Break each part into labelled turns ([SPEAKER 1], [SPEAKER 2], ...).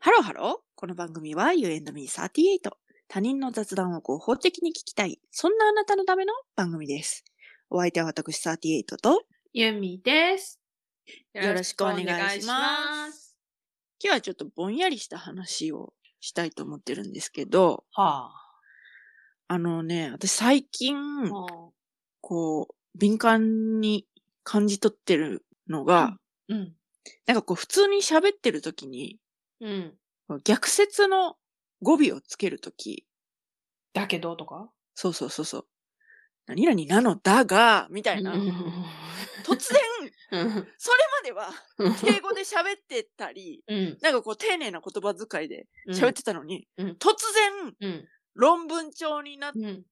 [SPEAKER 1] ハローハロー。この番組は You and me38。他人の雑談を合法的に聞きたい。そんなあなたのための番組です。お相手は私38と、
[SPEAKER 2] ユミです。
[SPEAKER 1] よろしくお願いします今日はちょっとぼんやりした話をしたいと思ってるんですけど、
[SPEAKER 2] は
[SPEAKER 1] あのね、私最近、
[SPEAKER 2] あ。も
[SPEAKER 1] こう、敏感に感じ取ってるのが、
[SPEAKER 2] う、うん。
[SPEAKER 1] なんかこう普通に喋ってる時に、
[SPEAKER 2] うん。
[SPEAKER 1] 逆説の語尾をつける時、
[SPEAKER 2] だけどとか
[SPEAKER 1] そうそうそうそう。何々なのだが、みたいな。突然、そ
[SPEAKER 2] うん。
[SPEAKER 1] れまでは敬語で喋ってたり、
[SPEAKER 2] うん。
[SPEAKER 1] なんかこう丁寧な言葉遣いで
[SPEAKER 2] うん
[SPEAKER 1] 喋ってたのに、
[SPEAKER 2] うん
[SPEAKER 1] 突然
[SPEAKER 2] うん。
[SPEAKER 1] 論文帳になっ
[SPEAKER 2] うん。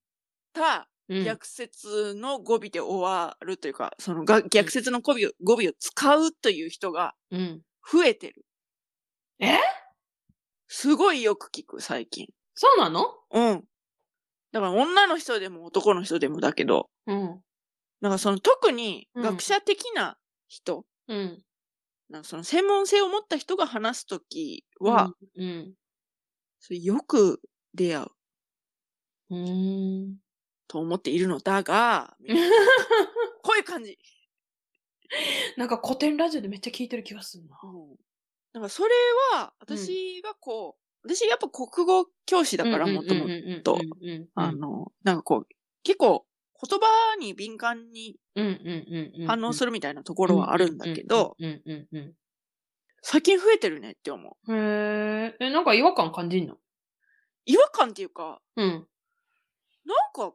[SPEAKER 1] た
[SPEAKER 2] うん。
[SPEAKER 1] 逆説の語尾で終わるというか、そのが逆説の語尾を語尾を使うという人が
[SPEAKER 2] うん。
[SPEAKER 1] 増えてる。
[SPEAKER 2] え
[SPEAKER 1] すごいよく聞く、最近。
[SPEAKER 2] そうなの
[SPEAKER 1] うん。だから女の人でも男の人でもだけど、
[SPEAKER 2] うん。
[SPEAKER 1] なんかその特に
[SPEAKER 2] うん
[SPEAKER 1] 学者的な人、
[SPEAKER 2] うん。
[SPEAKER 1] なんかその専門性を持った人が話すときは、、
[SPEAKER 2] うん。
[SPEAKER 1] それよく出会う
[SPEAKER 2] うん。
[SPEAKER 1] と思っているのだ が、みたいなこういう感じ。
[SPEAKER 2] なんか古典ラジオでめっちゃ聞いてる気がするな。
[SPEAKER 1] なんかそれは、
[SPEAKER 2] うん
[SPEAKER 1] 私がこう、私やっぱ国語教師だからもともと、
[SPEAKER 2] と
[SPEAKER 1] あの、なんかこう、結構言葉に敏感に反応す
[SPEAKER 2] る
[SPEAKER 1] るみたいなところはあるんだけど、。
[SPEAKER 2] うんうんうん。
[SPEAKER 1] 最近増えてるねって思う。
[SPEAKER 2] へえ、え、なんか違和感感じんの
[SPEAKER 1] 違和感っていうか、
[SPEAKER 2] うん。
[SPEAKER 1] なんか、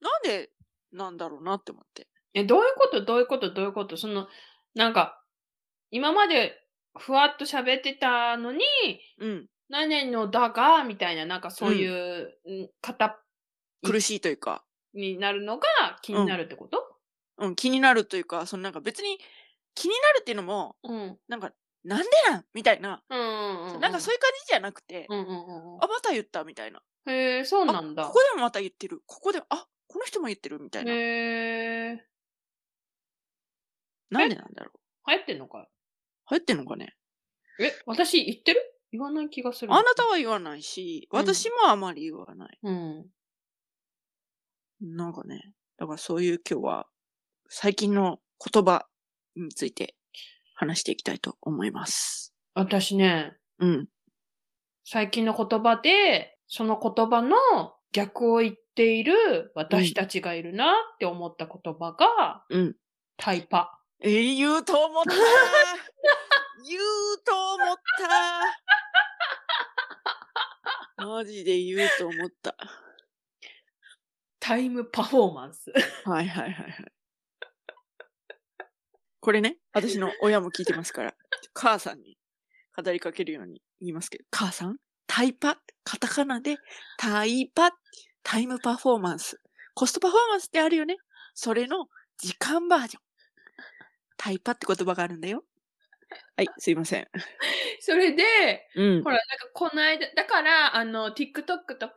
[SPEAKER 1] なんでなんだろうなって思って。
[SPEAKER 2] え、どういうことどういうことどういうことその、なんか、今までふわっと喋ってたのに、
[SPEAKER 1] うん。
[SPEAKER 2] 何年のだが、みたいな、なんかそういう、うん、方
[SPEAKER 1] 苦しいというか、
[SPEAKER 2] になるのが気になるってこと
[SPEAKER 1] うん、気になるというか、そのなんか別に気になるっていうのも、
[SPEAKER 2] うん。
[SPEAKER 1] なんか、なんでなんみたいな。
[SPEAKER 2] うんうん。
[SPEAKER 1] なんかそう
[SPEAKER 2] い
[SPEAKER 1] いう感じじゃなくて、
[SPEAKER 2] うん。うんうんうん
[SPEAKER 1] あ、また言ったみたいな。
[SPEAKER 2] へえ、そうなん
[SPEAKER 1] あ
[SPEAKER 2] だ
[SPEAKER 1] ここ。でもまた言ってる。ここで、あ、この人も言ってるみたい
[SPEAKER 2] へ
[SPEAKER 1] な。
[SPEAKER 2] え、
[SPEAKER 1] なんでなんだろう。
[SPEAKER 2] 流行ってんのか
[SPEAKER 1] 流行ってんのかね。
[SPEAKER 2] いえ、私言ってる言わない気がする。
[SPEAKER 1] あなたは言わないし、
[SPEAKER 2] うん
[SPEAKER 1] 私もあまり言わない。
[SPEAKER 2] うん。
[SPEAKER 1] なんかね。だからそういう今日は、最近の言葉について話していきたいと思います。
[SPEAKER 2] 私ね、
[SPEAKER 1] うん。
[SPEAKER 2] 最近の言葉で、その言葉の逆を言っている私たちがいるなって思った言葉が、
[SPEAKER 1] うん。
[SPEAKER 2] タイパ。
[SPEAKER 1] えー、言うと思 った言うと思ったマジで言うと思った。
[SPEAKER 2] タイムパフォーマンス。
[SPEAKER 1] はいはいはいはい。これね、私の親も聞いてますから、母さんに語りかけるように言いますけど、母さん、タイパ、カタカナでタイパ、タイムパフォーマンス。コストパフォーマンスってあるよね。それの時間バージョン。タイパって言葉があるんだよ。はい、すいません。
[SPEAKER 2] それで、
[SPEAKER 1] うん
[SPEAKER 2] ほ。ら、なんかこの間、だから、あの、TikTok とか、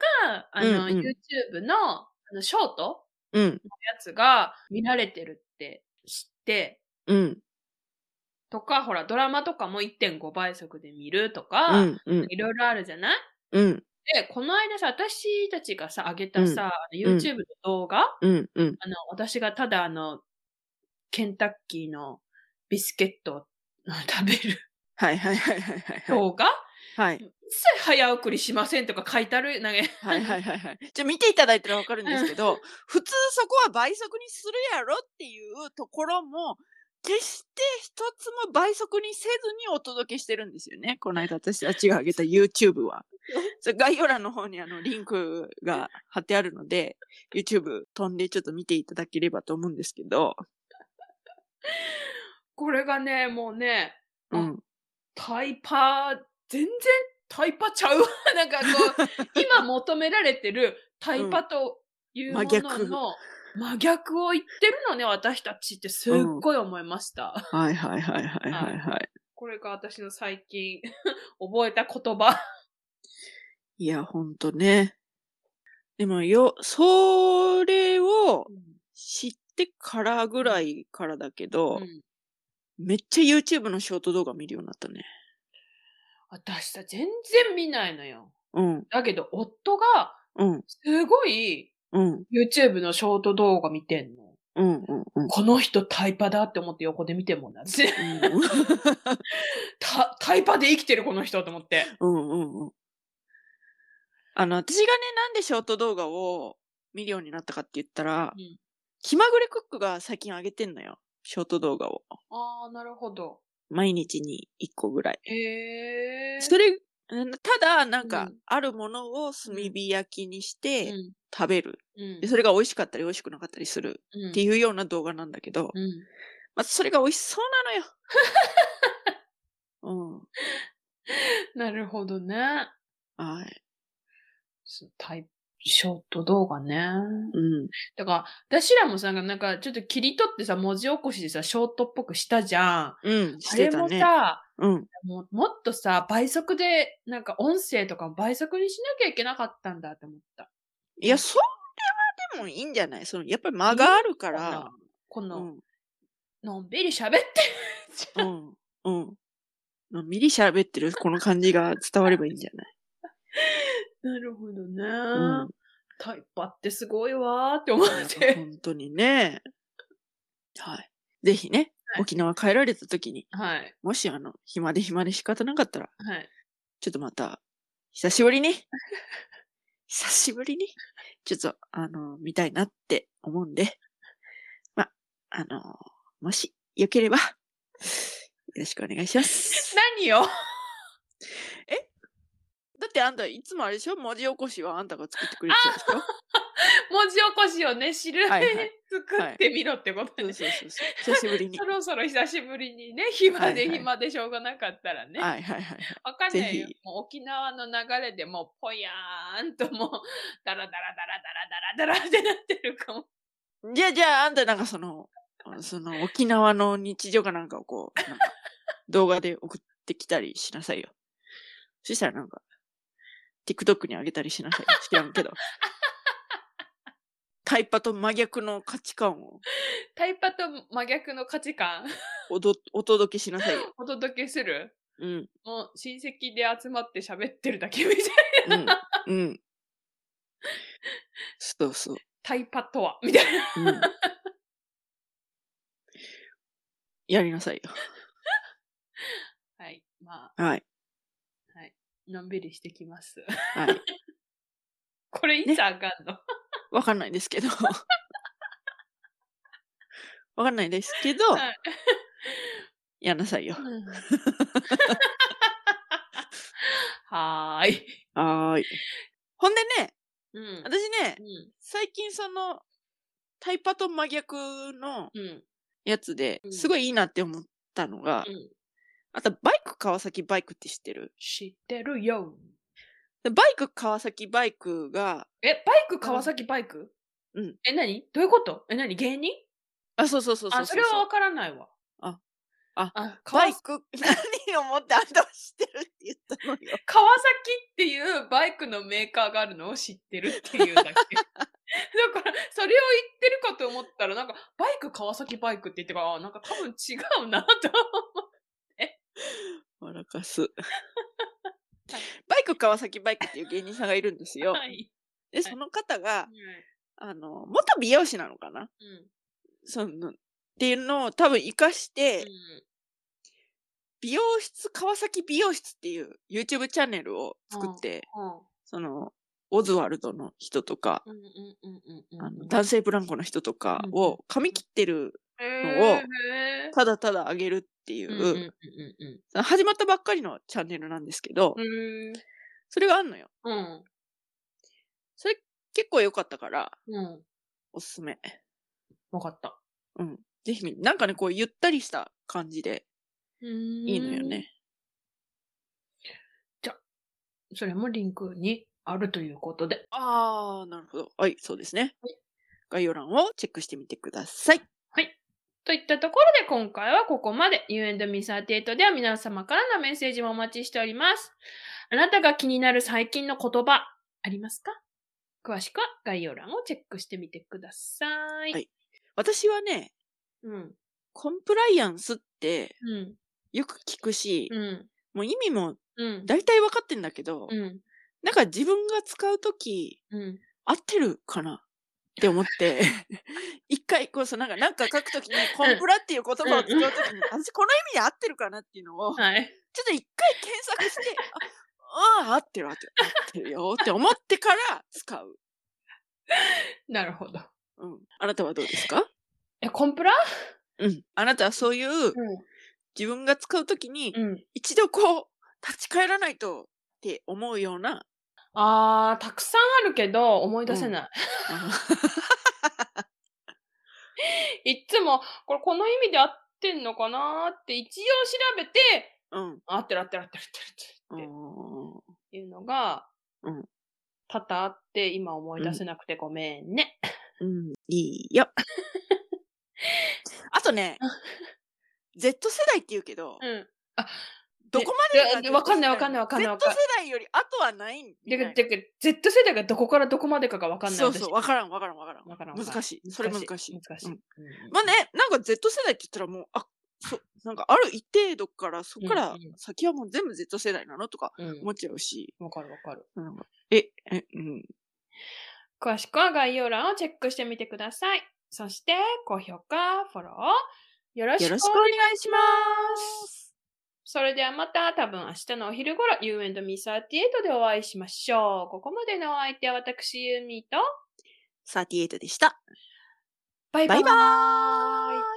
[SPEAKER 2] あの、
[SPEAKER 1] うんうん
[SPEAKER 2] YouTube の、あの、ショート
[SPEAKER 1] う
[SPEAKER 2] の
[SPEAKER 1] ん。
[SPEAKER 2] やつが見られてるって知って、
[SPEAKER 1] うん。
[SPEAKER 2] とか、ほら、ドラマとかも1.5倍速で見ると
[SPEAKER 1] う
[SPEAKER 2] か、
[SPEAKER 1] ん。うん。
[SPEAKER 2] いろいろあるじゃない
[SPEAKER 1] うん。
[SPEAKER 2] で、この間さ、私たちがさ、上げたさ、
[SPEAKER 1] ん
[SPEAKER 2] YouTube の動画、
[SPEAKER 1] うん。うん。
[SPEAKER 2] あの、私がただあの、ケンタッキーのビスケットを 食べる
[SPEAKER 1] はいはいはいはいはいはい。
[SPEAKER 2] 動画、
[SPEAKER 1] はい。
[SPEAKER 2] 一切早送りしませんとか書いてある、なんか、
[SPEAKER 1] はいはいはいはい。じゃあ見ていただいたらわかるんですけど、普通そこは倍速にするやろっていうところも、決して一つも倍速にせずにお届けしてるんですよね。この間私たちが上げた YouTube は。それ概要欄の方にあのリンクが貼ってあるので、YouTube 飛んでちょっと見ていただければと思うんですけど、
[SPEAKER 2] これがね、もうね、
[SPEAKER 1] うん。
[SPEAKER 2] タイパー、全然タイパちゃう わ。なんかこ う、今求められてるタイパというものの、
[SPEAKER 1] 真逆
[SPEAKER 2] 真逆を言ってるのね、私たちってすっごい思いました。
[SPEAKER 1] はいはいはいはいはいはい。
[SPEAKER 2] これが私の最近 覚えた言葉。
[SPEAKER 1] いや、ほんとね。でもよ、それを知ってからぐらいからだけど、
[SPEAKER 2] うん
[SPEAKER 1] めっちゃ YouTube のショート動画見るようになったね。
[SPEAKER 2] 私さ、全然見ないのよ。
[SPEAKER 1] うん、
[SPEAKER 2] だけど、夫が、
[SPEAKER 1] うん、
[SPEAKER 2] すごい、
[SPEAKER 1] うん、
[SPEAKER 2] YouTube のショート動画見てんの。
[SPEAKER 1] うん、うん、うん。
[SPEAKER 2] この人タイパだって思って横で見てんもん な。ぜたタイパで生きてるこの人と思って。
[SPEAKER 1] うん、うん、うん。あの、私がね、なんでショート動画を見るようになったかって言ったら、
[SPEAKER 2] うん
[SPEAKER 1] 気まぐれクックが最近上げてんのよ。ショート動画を。
[SPEAKER 2] ああ、なるほど。
[SPEAKER 1] 毎日に1個ぐらい。
[SPEAKER 2] へえ。
[SPEAKER 1] それ、うんただ、なん
[SPEAKER 2] う
[SPEAKER 1] か
[SPEAKER 2] ん、
[SPEAKER 1] あるものを炭火焼きにして
[SPEAKER 2] うん
[SPEAKER 1] 食べる。
[SPEAKER 2] うん
[SPEAKER 1] でそれが美味しかったり美味しくなかったりする
[SPEAKER 2] うん
[SPEAKER 1] っていうような動画なんだけど、
[SPEAKER 2] うん
[SPEAKER 1] まあ、それが美味しそうなの よ。
[SPEAKER 2] なるほどね。
[SPEAKER 1] うん。はい。
[SPEAKER 2] そうタイショート動画ね。
[SPEAKER 1] うん。
[SPEAKER 2] だから、私らもさ、なんか、ちょっと切り取ってさ、文字起こしでさ、ショートっぽくしたじゃん。
[SPEAKER 1] うん。し
[SPEAKER 2] あ
[SPEAKER 1] て
[SPEAKER 2] れ
[SPEAKER 1] た
[SPEAKER 2] も
[SPEAKER 1] ね。
[SPEAKER 2] さ、
[SPEAKER 1] うん。
[SPEAKER 2] もうもっとさ、倍速で、なんか音声とかも倍速にしなきゃいけなかったんだって思った。
[SPEAKER 1] いや、それはでもいいんじゃないその、やっぱり間があるから。
[SPEAKER 2] こ
[SPEAKER 1] う
[SPEAKER 2] の、
[SPEAKER 1] ん。
[SPEAKER 2] のんびり喋ってるじゃ。
[SPEAKER 1] うんん。うん。のんびり喋ってるこの感じが伝わればいいんじゃない
[SPEAKER 2] なるほどね。
[SPEAKER 1] うん。
[SPEAKER 2] タイパってすごいわーって思って。
[SPEAKER 1] 本当にね。はい。ぜひね、
[SPEAKER 2] はい
[SPEAKER 1] 沖縄帰られた時に、
[SPEAKER 2] はい。
[SPEAKER 1] もしあの、暇で暇で仕方なかったら、
[SPEAKER 2] はい。
[SPEAKER 1] ちょっとまた、久しぶ りに、久しぶりに、ちょっと、あの、見たいなって思うんで、ま、あの、もし、よければ、よろしくお願いします。
[SPEAKER 2] 何よ
[SPEAKER 1] だってあんた、いつもあれでしょ文字起こしはあんたが作ってくれてたでしょ
[SPEAKER 2] 文字起こしをね、知る
[SPEAKER 1] は
[SPEAKER 2] 前
[SPEAKER 1] い
[SPEAKER 2] に
[SPEAKER 1] はい
[SPEAKER 2] 作ってみろってこと
[SPEAKER 1] そう
[SPEAKER 2] ね。
[SPEAKER 1] そうそうそう。久しぶりに。
[SPEAKER 2] そ
[SPEAKER 1] はい
[SPEAKER 2] ろそろ久しぶりにね、暇
[SPEAKER 1] はい
[SPEAKER 2] で
[SPEAKER 1] はい
[SPEAKER 2] 暇でしょうがなかったらね。
[SPEAKER 1] はいはいはい。
[SPEAKER 2] わかんないよ
[SPEAKER 1] ぜひ。
[SPEAKER 2] もう沖縄の流れでもうぽやーんともう、ダラダラダラダラダラダラってなってるかも。
[SPEAKER 1] じゃあじゃああんたなんかその、その沖縄の日常かなんかをこう、なんか動画で送ってきたりしなさいよ。 そしたらなんか、TikTok に上げたりしなさいよ。知らんけど。タイパと真逆の価値観を
[SPEAKER 2] タイパと真逆の価値観
[SPEAKER 1] おどお届けしなさいよ。
[SPEAKER 2] お届けする
[SPEAKER 1] うん。
[SPEAKER 2] もう親戚で集まって喋ってるだけみたいな。
[SPEAKER 1] うん。うん。そうそう。
[SPEAKER 2] タイパとはみたいな。
[SPEAKER 1] うん、やりなさいよ。
[SPEAKER 2] はい。ま
[SPEAKER 1] はい。
[SPEAKER 2] あ、のんびりしてきます。
[SPEAKER 1] はい。
[SPEAKER 2] これいつあかんの、
[SPEAKER 1] わかんないですけ ど。わかんないですけど、
[SPEAKER 2] はい
[SPEAKER 1] やんなさいよ。
[SPEAKER 2] はーい。
[SPEAKER 1] はーい。ほんでね、
[SPEAKER 2] うん
[SPEAKER 1] 私ね
[SPEAKER 2] う、ん。
[SPEAKER 1] 最近その、タイパと真逆の
[SPEAKER 2] うん。
[SPEAKER 1] やつで
[SPEAKER 2] うん
[SPEAKER 1] すごいいいなって思ったのが、
[SPEAKER 2] うん
[SPEAKER 1] あとバイク川崎バイクって知ってる
[SPEAKER 2] 知ってるよ。
[SPEAKER 1] でバイク川崎バイクが、
[SPEAKER 2] え、バイク川崎バイク
[SPEAKER 1] うん。
[SPEAKER 2] え、何どういうことえ、何芸人
[SPEAKER 1] あ、そうそうそうそうう
[SPEAKER 2] あ、それはわからないわ。
[SPEAKER 1] あ、あ、
[SPEAKER 2] あ川
[SPEAKER 1] バイク、 何を持ってあんたは知ってるって言ったのよ。
[SPEAKER 2] 川崎っていうバイクのメーカーがあるのを知ってるっていうだ け。だから、それを言ってるかと思ったら、なんか、バイク川崎バイクって言ってから、あなんか多分違うなと思う。
[SPEAKER 1] 笑かす。バイク川崎バイクっていう芸人さんがいるんですよ。
[SPEAKER 2] はい。
[SPEAKER 1] で、その方が
[SPEAKER 2] う、。
[SPEAKER 1] あの、元美容師なのかなんその、っていうのを多分活かして、美容室、川崎美容室っていう YouTube チャンネルを作って、その、オズワルドの人とか、
[SPEAKER 2] うん。うん。うん。うん。うん。
[SPEAKER 1] あの男性ブランコの人とかを髪切ってる、
[SPEAKER 2] へー
[SPEAKER 1] ただただあげるっていうう、
[SPEAKER 2] んうんうんうん
[SPEAKER 1] 始まったばっかりのチャンネルなんですけど、
[SPEAKER 2] うん。
[SPEAKER 1] それがあんのよ。
[SPEAKER 2] うん。
[SPEAKER 1] それ結構良かったから、
[SPEAKER 2] うん。
[SPEAKER 1] おすすめ。
[SPEAKER 2] わかった。
[SPEAKER 1] うん。ぜひ見、なんかね、こう、ゆったりした感じで、い
[SPEAKER 2] い
[SPEAKER 1] いのよ。ね。
[SPEAKER 2] それもリンクにあるということで。
[SPEAKER 1] あー、なるほど。はい、そうですね。概要欄をチェックしてみてください。
[SPEAKER 2] といったところで今回はここまで U&Me38 では皆様からのメッセージもお待ちしております。あなたが気になる最近の言葉ありますか詳しくは概要欄をチェックしてみてください。
[SPEAKER 1] はい私はね、
[SPEAKER 2] うん。
[SPEAKER 1] コンプライアンスって
[SPEAKER 2] うん。
[SPEAKER 1] よく聞くし、
[SPEAKER 2] うん。
[SPEAKER 1] もう意味も
[SPEAKER 2] うん。
[SPEAKER 1] 大体分かってんだけど、
[SPEAKER 2] うん。
[SPEAKER 1] なんか自分が使うとき、
[SPEAKER 2] うん。
[SPEAKER 1] 合ってるかなって思 って、一回こうそうなんか、なんか書くときに、コンプラっていう言葉を使うときに、私この意味で合ってるかなっていうのを、ちょっ
[SPEAKER 2] はい。
[SPEAKER 1] と一回検索して、ああー、合ってる合ってる、合ってるよって思ってから使う。
[SPEAKER 2] なるほど。
[SPEAKER 1] うん。あなたはどうですか
[SPEAKER 2] え、コンプラ
[SPEAKER 1] うん。あなたはそういう自分が使うときに、
[SPEAKER 2] うん。うん。
[SPEAKER 1] 一度こう、立ち返らないとって思うような、
[SPEAKER 2] あー、たくさんあるけど、思い出せない。
[SPEAKER 1] あ
[SPEAKER 2] いっつも、これこの意味で合ってんのかなーって一応調べて、
[SPEAKER 1] ー うん。
[SPEAKER 2] 合ってる合ってる合ってる合ってるっ
[SPEAKER 1] おー
[SPEAKER 2] ていうのが、
[SPEAKER 1] うん
[SPEAKER 2] 多々あって、今思い出せなくてごめんね。
[SPEAKER 1] うん、いいよ。 あとね、Z 世代って言うけど、
[SPEAKER 2] うん。
[SPEAKER 1] どこまで
[SPEAKER 2] いやいやわかんないわかんないわかんないわ
[SPEAKER 1] Z
[SPEAKER 2] かん
[SPEAKER 1] 世
[SPEAKER 2] ない
[SPEAKER 1] 代より後はないん
[SPEAKER 2] で、で、Z 世代がどこからどこまでかがわかんない。
[SPEAKER 1] そうそう、わ
[SPEAKER 2] 私
[SPEAKER 1] からんわからんわからん。
[SPEAKER 2] わからん。
[SPEAKER 1] 難しい。それ難しい。
[SPEAKER 2] 難し
[SPEAKER 1] う
[SPEAKER 2] い。うんん
[SPEAKER 1] まあね、なんか Z 世代って言ったらもう、あ、そう、なんかある一定度から、そこから
[SPEAKER 2] うんうん
[SPEAKER 1] 先はもう全部 Z 世代なのとか
[SPEAKER 2] うん
[SPEAKER 1] 思っちゃうし、
[SPEAKER 2] わかるわかる。
[SPEAKER 1] なんかえ、え、うん。
[SPEAKER 2] 詳しくは概要欄をチェックしてみてください。そして、高評価、フォロー、よろし
[SPEAKER 1] よ
[SPEAKER 2] くお
[SPEAKER 1] ろしくお
[SPEAKER 2] 願
[SPEAKER 1] 願
[SPEAKER 2] い
[SPEAKER 1] いし
[SPEAKER 2] し
[SPEAKER 1] ま
[SPEAKER 2] ます。それではまた多分明日のお昼頃、You and Me38 でお会いしましょう。ここまでのお相手は私、ユーミーと、
[SPEAKER 1] す。38でした。
[SPEAKER 2] バイバ
[SPEAKER 1] バ
[SPEAKER 2] イ
[SPEAKER 1] イバーイ